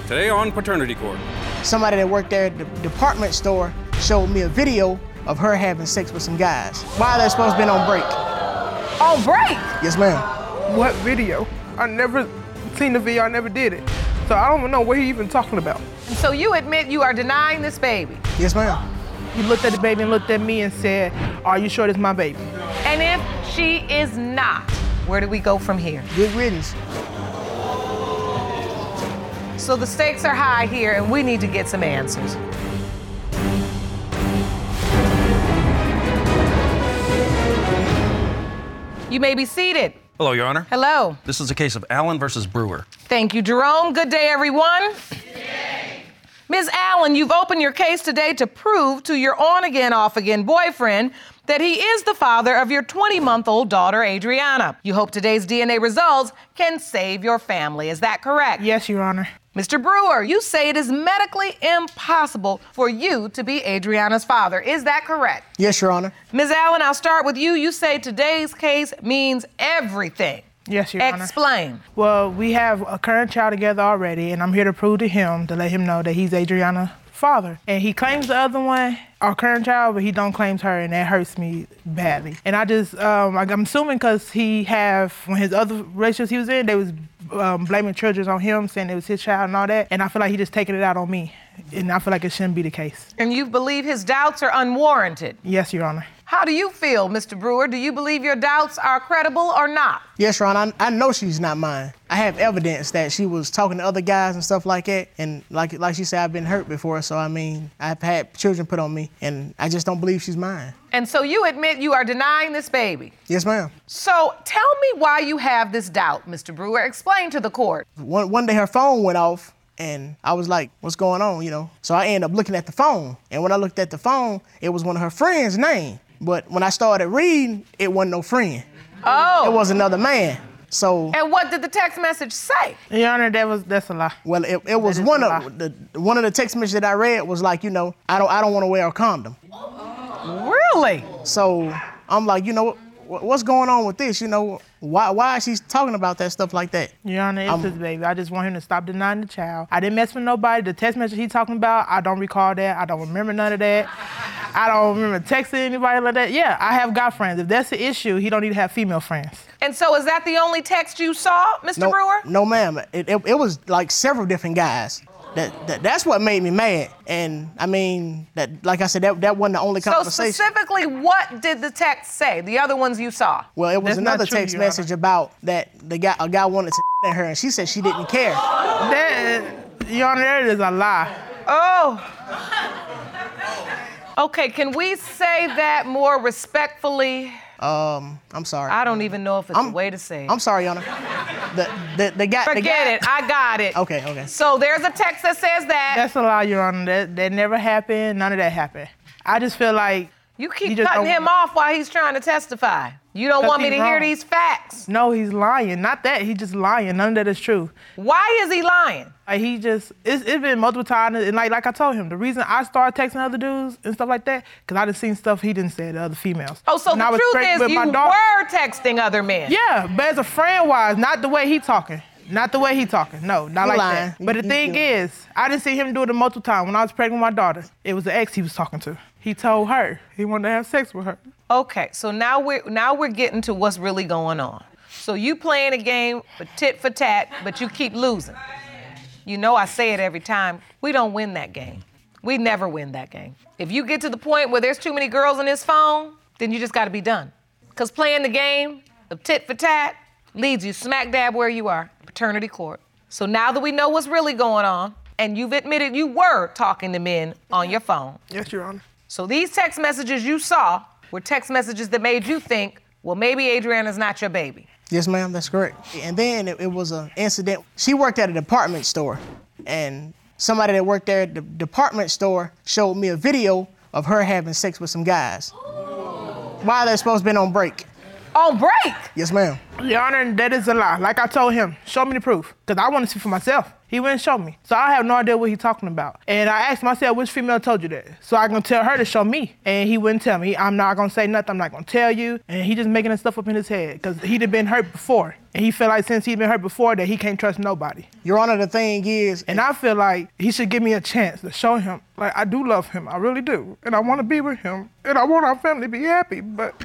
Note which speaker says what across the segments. Speaker 1: yesterday on paternity court.
Speaker 2: Somebody that worked there at the department store showed me a video of her having sex with some guys. Why are they supposed to be on break?
Speaker 3: On break?
Speaker 2: Yes, ma'am.
Speaker 4: What video? I never seen the video, I never did it. So I don't know what he even talking about.
Speaker 3: And so you admit you are denying this baby.
Speaker 2: Yes, ma'am.
Speaker 4: He looked at the baby and looked at me and said, Are you sure this my baby?
Speaker 3: And if she is not, where do we go from here?
Speaker 2: Good riddance.
Speaker 3: So the stakes are high here, and we need to get some answers. You may be seated.
Speaker 5: Hello, Your Honor.
Speaker 3: Hello.
Speaker 5: This is a case of Allen versus Brewer.
Speaker 3: Thank you, Jerome. Good day, everyone. Ms. Allen, you've opened your case today to prove to your on again, off again boyfriend that he is the father of your 20 month old daughter, Adriana. You hope today's DNA results can save your family. Is that correct?
Speaker 4: Yes, Your Honor.
Speaker 3: Mr. Brewer, you say it is medically impossible for you to be Adriana's father. Is that correct?
Speaker 2: Yes, Your Honor.
Speaker 3: Ms. Allen, I'll start with you. You say today's case means everything.
Speaker 4: Yes, Your Honor.
Speaker 3: Explain.
Speaker 4: Well, we have a current child together already, and I'm here to prove to him to let him know that he's Adriana's father. And he claims the other one, our current child, but he don't claims her, and that hurts me badly. And I just, um, like, I'm assuming because he have when his other relationships he was in, they was um, blaming children on him, saying it was his child and all that. And I feel like he just taking it out on me, and I feel like it shouldn't be the case.
Speaker 3: And you believe his doubts are unwarranted.
Speaker 4: Yes, Your Honor.
Speaker 3: How do you feel, Mr. Brewer? Do you believe your doubts are credible or not?
Speaker 2: Yes, Your Honor. I, I know she's not mine. I have evidence that she was talking to other guys and stuff like that. And like like she said, I've been hurt before, so I mean, I've had children put on me, and I just don't believe she's mine.
Speaker 3: And so you admit you are denying this baby.
Speaker 2: Yes, ma'am.
Speaker 3: So tell me why you have this doubt, Mr. Brewer. Explain to the court.
Speaker 2: One one day her phone went off. And I was like, what's going on, you know? So I ended up looking at the phone. And when I looked at the phone, it was one of her friends' name. But when I started reading, it wasn't no friend.
Speaker 3: Oh.
Speaker 2: It was another man. So
Speaker 3: And what did the text message say?
Speaker 4: Your Honor, that was that's a lie.
Speaker 2: Well, it, it was
Speaker 4: is
Speaker 2: one
Speaker 4: a
Speaker 2: of the one of the text messages that I read was like, you know, I don't I don't want to wear a condom.
Speaker 3: Really?
Speaker 2: So I'm like, you know, what, what's going on with this? You know, why why is she talking about that stuff like that?
Speaker 4: Your Honor, it's
Speaker 2: I'm-
Speaker 4: his baby. I just want him to stop denying the child. I didn't mess with nobody. The text message he's talking about, I don't recall that. I don't remember none of that. I don't remember texting anybody like that. Yeah, I have guy friends. If that's the issue, he don't need to have female friends.
Speaker 3: And so is that the only text you saw, Mr.
Speaker 2: No,
Speaker 3: Brewer?
Speaker 2: no, ma'am. It, it, it was like several different guys. That, that that's what made me mad. And I mean, that like I said, that that wasn't the only
Speaker 3: So
Speaker 2: conversation.
Speaker 3: specifically, what did the text say? The other ones you saw?
Speaker 2: well, it was
Speaker 4: That's not
Speaker 2: another
Speaker 4: true,
Speaker 2: text
Speaker 4: Your Honor.
Speaker 2: message about that the guy a guy wanted to at her, and she said she didn't care.
Speaker 4: That, Your Honor, that is a lie.
Speaker 3: Oh. Okay, can we say that more respectfully?
Speaker 2: Um, I'm sorry.
Speaker 3: I don't even know if it's a
Speaker 2: I'm-
Speaker 3: way to say it.
Speaker 2: I'm sorry, Your Honor. The the the guy. the
Speaker 3: Forget
Speaker 2: guy-
Speaker 3: it. I got it.
Speaker 2: Okay, okay.
Speaker 3: So there's a text that says that.
Speaker 4: That's a lie, Your Honor. That, that never happened. None of that happened. I just feel like
Speaker 3: you keep
Speaker 4: you just
Speaker 3: cutting
Speaker 4: don't-
Speaker 3: him off while he's trying to testify. You don't
Speaker 4: 'Cause
Speaker 3: want me to
Speaker 4: he's
Speaker 3: hear
Speaker 4: wrong.
Speaker 3: these facts.
Speaker 4: no, he's lying. Not that he just lying. None of that is true.
Speaker 3: Why is he lying?
Speaker 4: Like he just it's, it's been multiple times and like like I told him the reason I started texting other dudes and stuff like that because I done seen stuff he didn't say to other females.
Speaker 3: Oh, so
Speaker 4: And I
Speaker 3: the
Speaker 4: was
Speaker 3: truth
Speaker 4: straight
Speaker 3: is
Speaker 4: with
Speaker 3: you
Speaker 4: my daughter.
Speaker 3: were texting other men.
Speaker 4: Yeah, but as a friend wise, not the way he talking. Not the way he talking. No, not
Speaker 2: You
Speaker 4: like
Speaker 2: lying.
Speaker 4: that. But the
Speaker 2: You-
Speaker 4: thing
Speaker 2: you-
Speaker 4: is, I didn't see him do it a multiple times. When I was pregnant with my daughter, it was the ex he was talking to. He told her he wanted to have sex with her.
Speaker 3: Okay, so now we're now we're getting to what's really going on. So you playing a game, but tit for tat, but you keep losing. You know I say it every time. We don't win that game. We never win that game. If you get to the point where there's too many girls in his phone, then you just got to be done. Cause playing the game of tit for tat leads you smack dab where you are, paternity court. So now that we know what's really going on, and you've admitted you were talking to men on your phone,
Speaker 4: Yes, Your Honor.
Speaker 3: so these text messages you saw were text messages that made you think, well, maybe Adriana's not your baby.
Speaker 2: Yes, ma'am, that's correct. And then it, it was an incident. She worked at a department store, and somebody that worked there at the department store showed me a video of her having sex with some guys. Why are they supposed to been on break?
Speaker 3: on break.
Speaker 2: Yes, ma'am.
Speaker 4: Your Honor, that is a lie. Like I told him, show me the proof, because I want to see for myself. He wouldn't show me. So I have no idea what he's talking about. And I asked myself, which female told you that? So I can tell her to show me. And he wouldn't tell me. I'm not going to say nothing. I'm not going to tell you. And he just making this stuff up in his head, because he'd have been hurt before. And he feel like since he'd been hurt before that he can't trust nobody.
Speaker 2: Your Honor, the thing is,
Speaker 4: And I feel like he should give me a chance to show him. Like, I do love him. I really do. And I want to be with him. And I want our family to be happy. But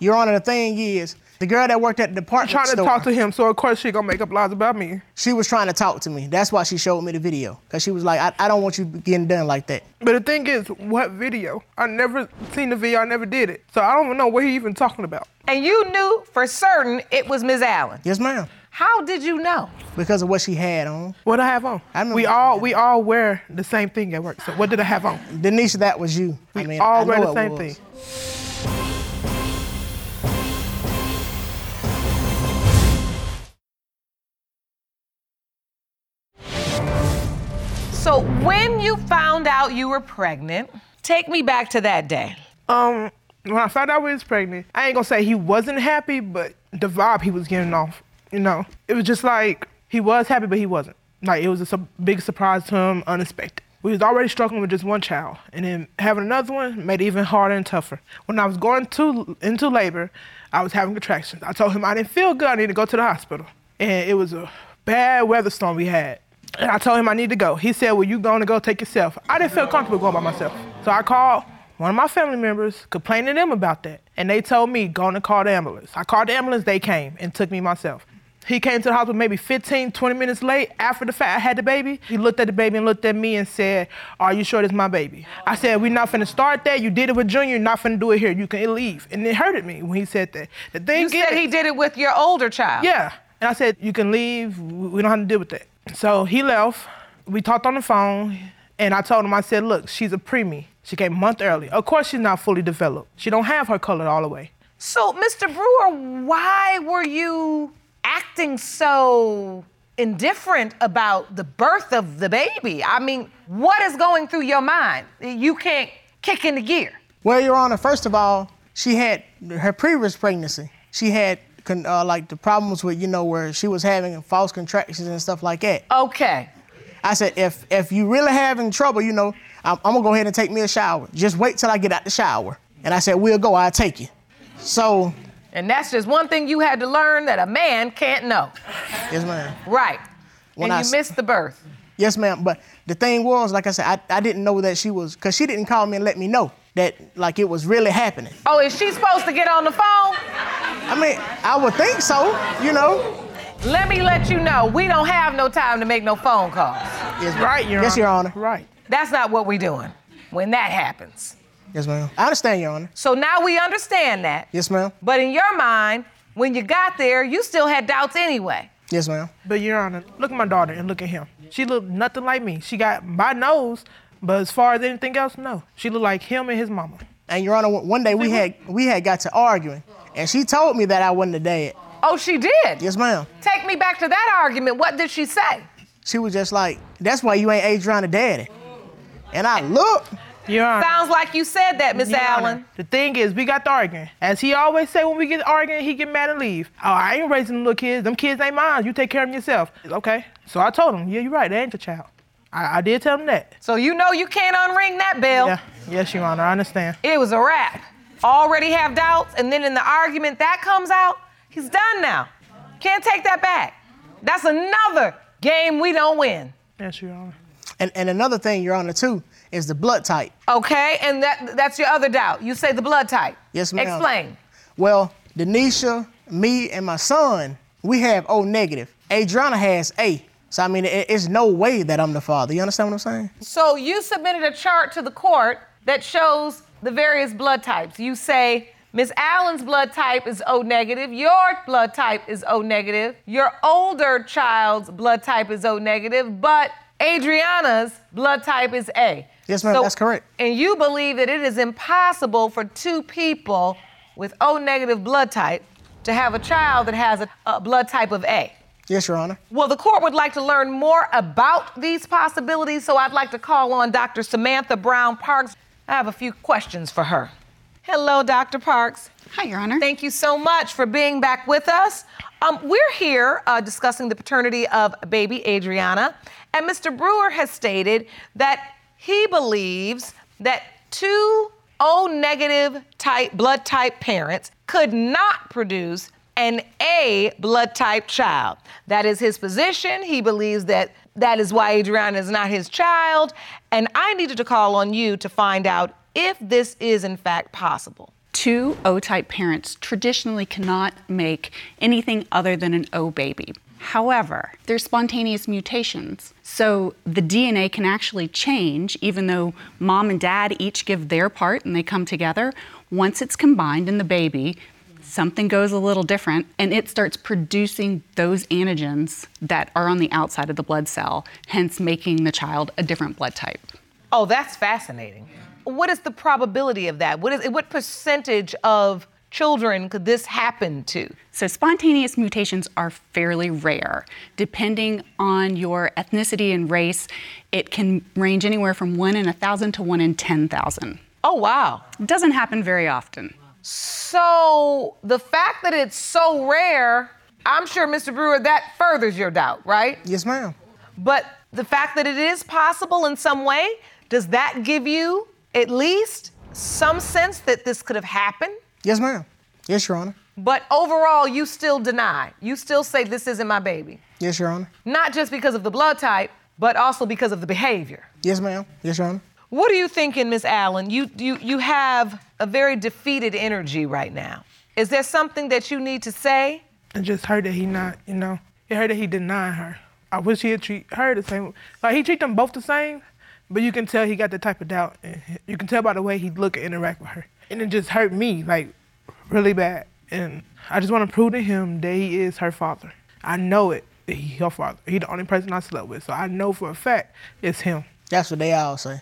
Speaker 2: Your Honor, the thing is, the girl that worked at the department
Speaker 4: trying to
Speaker 2: store,
Speaker 4: talk to him, so of course she going to make up lies about me.
Speaker 2: she was trying to talk to me. That's why she showed me the video. Cause she was like, I, I don't want you getting done like that.
Speaker 4: But the thing is, what video? I never seen the video. I never did it, so I don't even know what he even talking about.
Speaker 3: And you knew for certain it was Ms. Allen.
Speaker 2: Yes, ma'am.
Speaker 3: How did you know?
Speaker 2: Because of what she had on.
Speaker 4: What I have on?
Speaker 2: I remember
Speaker 4: we
Speaker 2: that.
Speaker 4: all we all wear the same thing at work. So what did I have on?
Speaker 2: Denisha, that was you.
Speaker 4: We
Speaker 2: I mean,
Speaker 4: all
Speaker 2: I
Speaker 4: wear
Speaker 2: know
Speaker 4: the
Speaker 2: it
Speaker 4: same
Speaker 2: was.
Speaker 4: thing.
Speaker 3: So when you found out you were pregnant, take me back to that day.
Speaker 4: Um, when I found out we was pregnant, I ain't gonna say he wasn't happy, but the vibe he was getting off, you know, it was just like he was happy, but he wasn't. Like it was a su- big surprise to him, unexpected. We was already struggling with just one child, and then having another one made it even harder and tougher. When I was going to into labor, I was having contractions. I told him I didn't feel good. I need to go to the hospital, and it was a bad weather storm we had. And I told him I need to go. He said, "Well, you going to go take yourself." I didn't feel comfortable going by myself, so I called one of my family members complained to them about that. And they told me, go on and call the ambulance. I called the ambulance, they came and took me myself. He came to the hospital maybe 15, 20 minutes late after the fact I had the baby. He looked at the baby and looked at me and said, Are you sure this is my baby? I said, We're not finna start that. You did it with Junior, not finna do it here. You can leave. And it hurted me when he said that. The thing
Speaker 3: You said
Speaker 4: is-
Speaker 3: he did it with your older child.
Speaker 4: yeah. And I said, you can leave. We we don't have to deal with that. So he left. We talked on the phone. And I told him, I said, look, she's a preemie. She came a month early. Of course, she's not fully developed. She don't have her color all the way.
Speaker 3: So, Mr. Brewer, why were you acting so indifferent about the birth of the baby? I mean, what is going through your mind? You can't kick into gear.
Speaker 2: Well, Your Honor, first of all, she had her previous pregnancy. She had con- uh, like the problems with you know where she was having false contractions and stuff like that.
Speaker 3: Okay.
Speaker 2: I said, if if you really having trouble, you know, I'm, I'm gonna go ahead and take me a shower. Just wait till I get out the shower. And I said, we'll go. I'll take you. So,
Speaker 3: And that's just one thing you had to learn that a man can't know.
Speaker 2: yes, ma'am.
Speaker 3: Right.
Speaker 2: When I
Speaker 3: and
Speaker 2: s-
Speaker 3: you missed the birth.
Speaker 2: Yes, ma'am. But the thing was, like I said, I, I didn't know that she was, cause she didn't call me and let me know that like it was really happening.
Speaker 3: Oh, is she supposed to get on the phone?
Speaker 2: I mean, I would think so, you know.
Speaker 3: Let me let you know, we don't have no time to make no phone calls.
Speaker 2: Yes,
Speaker 4: Right, Your
Speaker 2: yes, Your Honor.
Speaker 4: Right.
Speaker 3: That's not what we're doing when that happens.
Speaker 2: Yes, ma'am. I understand, Your Honor.
Speaker 3: So now we understand that.
Speaker 2: Yes, ma'am.
Speaker 3: But in your mind, when you got there, you still had doubts anyway.
Speaker 2: Yes, ma'am.
Speaker 4: But Your Honor, look at my daughter and look at him. She looked nothing like me. She got my nose, but as far as anything else, no. She looked like him and his mama.
Speaker 2: And Your Honor, one day we had we had got to arguing, and she told me that I wasn't a dad.
Speaker 3: Oh, she did.
Speaker 2: Yes, ma'am.
Speaker 3: Take me back to that argument. What did she say?
Speaker 2: She was just like, "That's why you ain't Adriana daddy." And I look.
Speaker 4: Your Honor.
Speaker 3: Sounds like you said that, Miss
Speaker 4: Your
Speaker 3: Allen.
Speaker 4: Honor, the thing is, we got the arguing. As he always say, when we get arguing, he get mad and leave. Oh, I ain't raising them little kids. Them kids ain't mine. You take care of them yourself. Okay. So I told him, yeah, you're right. They ain't your child. I, I did tell him that.
Speaker 3: So you know you can't unring that bell.
Speaker 4: Yeah. Yes, Your Honor. I understand.
Speaker 3: It was a wrap. Already have doubts, and then in the argument that comes out, he's done now. Can't take that back. That's another game we don't win.
Speaker 4: Yes, Your Honor.
Speaker 2: And and another thing, Your Honor, too, is the blood type.
Speaker 3: Okay, and that that's your other doubt. You say the blood type.
Speaker 2: Yes, ma'am.
Speaker 3: Explain.
Speaker 2: Well, Denisha, me, and my son, we have O negative. Adriana has A. So I mean, it, it's no way that I'm the father. You understand what I'm saying?
Speaker 3: So you submitted a chart to the court that shows the various blood types. You say Miss Allen's blood type is O negative, your blood type is O negative, your older child's blood type is O negative, but Adriana's blood type is A.
Speaker 2: Yes, ma'am, that's correct.
Speaker 3: And you believe that it is impossible for two people with O negative blood type to have a child that has a, a blood type of A.
Speaker 2: Yes, Your Honor.
Speaker 3: Well, the court would like to learn more about these possibilities, so I'd like to call on Dr. Samantha Brown Parks. I have a few questions for her. Hello, Dr. Parks.
Speaker 1: Hi, Your Honor.
Speaker 3: Thank you so much for being back with us. Um, we're here uh, discussing the paternity of baby Adriana, and Mr. Brewer has stated that he believes that two O negative type blood type parents could not produce an A blood type child. That is his position. He believes that that is why Adriana is not his child, and I needed to call on you to find out if this is in fact possible.
Speaker 1: Two O type parents traditionally cannot make anything other than an O baby. However, there's spontaneous mutations. So the DNA can actually change, even though mom and dad each give their part and they come together. Once it's combined in the baby, something goes a little different and it starts producing those antigens that are on the outside of the blood cell, hence making the child a different blood type.
Speaker 3: Oh, that's fascinating. What is the probability of that? What is what percentage of children could this happen to?
Speaker 1: So, spontaneous mutations are fairly rare. Depending on your ethnicity and race, it can range anywhere from 1 in 1,000 to 1 in 10,000.
Speaker 3: Oh wow.
Speaker 1: It doesn't happen very often.
Speaker 3: So the fact that it's so rare, I'm sure Mr. Brewer that furthers your doubt, right?
Speaker 2: Yes, ma'am.
Speaker 3: But the fact that it is possible in some way, does that give you at least some sense that this could have happened?
Speaker 2: Yes, ma'am. Yes, Your Honor.
Speaker 3: But overall, you still deny. You still say this isn't my baby.
Speaker 2: Yes, Your Honor.
Speaker 3: Not just because of the blood type, but also because of the behavior.
Speaker 2: Yes, ma'am. Yes, Your Honor.
Speaker 3: What are you thinking, Miss Allen? You, you, you have a very defeated energy right now. Is there something that you need to say?
Speaker 4: It just hurt that he not, you know, it hurt that he denied her. I wish he had treat her the same. Like he treat them both the same, but you can tell he got the type of doubt. and You can tell by the way he look and interact with her, and it just hurt me like really bad. And I just want to prove to him that he is her father. I know it. that He her father. He the only person I slept with, so I know for a fact it's him.
Speaker 2: That's what they all say.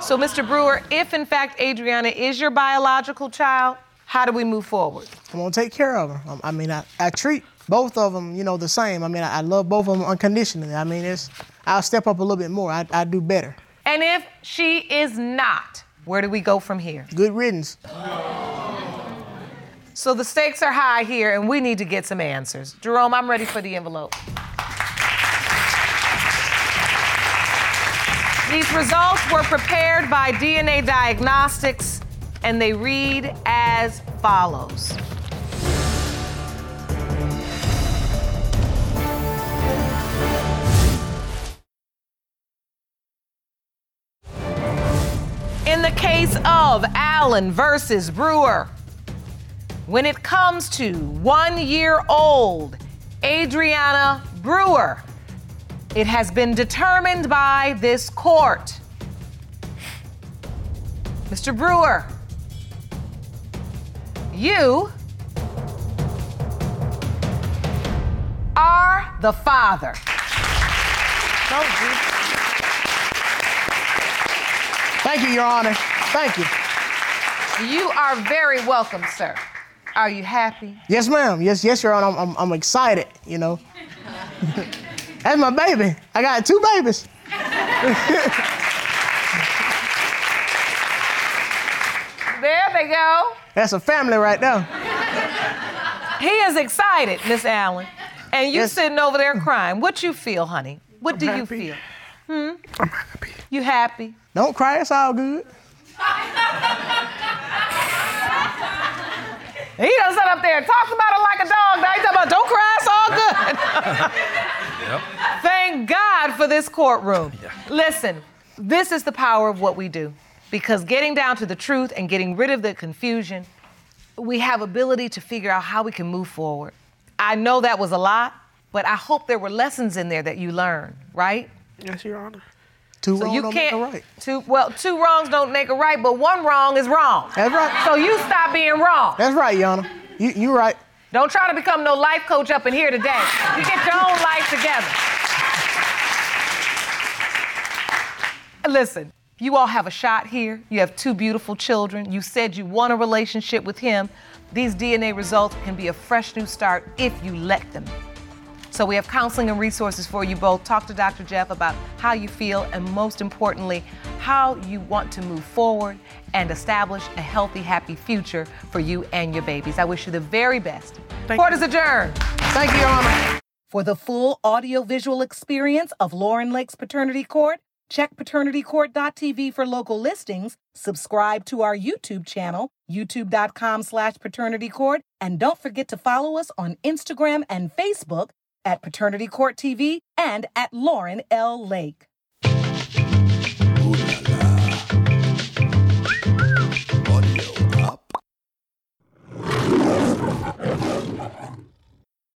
Speaker 3: So, Mr. Brewer, if in fact Adriana is your biological child, how do we move forward?
Speaker 2: I'm gonna take care of her. Um, I mean, I, I treat both of them, you know, the same. I mean, I, I love both of them unconditionally. I mean, it's I'll step up a little bit more. I, I do better.
Speaker 3: And if she is not, where do we go from here?
Speaker 2: Good riddance.
Speaker 3: So the stakes are high here, and we need to get some answers. Jerome, I'm ready for the envelope. These results were prepared by DNA Diagnostics, and they read as follows. In the case of Allen versus Brewer, when it comes to one year old Adriana Brewer, it has been determined by this court. Mr. Brewer, you are the father.
Speaker 2: Thank you, Your Honor. Thank you.
Speaker 3: You are very welcome, sir. Are you happy?
Speaker 2: Yes, ma'am. Yes, yes, Your Honor. I'm, I'm, I'm excited. You know, that's my baby. I got two babies.
Speaker 3: There they go.
Speaker 2: That's a family right there.
Speaker 3: He is excited, Miss Allen. And you
Speaker 2: Yes.
Speaker 3: sitting over there crying. What you feel, honey? What do you
Speaker 4: happy.
Speaker 3: feel? Hmm? I'm happy. You happy?
Speaker 2: Don't cry. It's all good.
Speaker 3: He done sat up there and talked about it like a dog. Now he talking about don't cry, it's all good. Thank God for this courtroom. Listen, this is the power of what we do. Because getting down to the truth and getting rid of the confusion, we have ability to figure out how we can move forward. I know that was a lot, but I hope there were lessons in there that you learned, right?
Speaker 4: Yes, Your Honor.
Speaker 2: Two
Speaker 3: So
Speaker 2: wrong
Speaker 3: you
Speaker 2: don't
Speaker 3: can't.
Speaker 2: make a right.
Speaker 3: Two, well, two wrongs don't make a right, but one wrong is wrong.
Speaker 2: That's right.
Speaker 3: So you stop being wrong.
Speaker 2: That's right, Your Honor. You you right.
Speaker 3: Don't try to become no life coach up in here today. You get your own life together. Listen, you all have a shot here. You have two beautiful children. You said you want a relationship with him. These DNA results can be a fresh new start if you let them. So we have counseling and resources for you both. Talk to Dr. Jeff about how you feel and most importantly, how you want to move forward
Speaker 6: and establish a healthy, happy future for you and your babies. I wish you the very best. Court is adjourned.
Speaker 7: Thank you, Your Honor.
Speaker 3: For the full audiovisual experience of Lauren Lake's Paternity Court, check paternitycourt.tv for local listings, subscribe to our YouTube channel, youtube.com slash paternitycourt, and don't forget to follow us on Instagram and Facebook at Paternity Court TV and at Lauren L. Lake.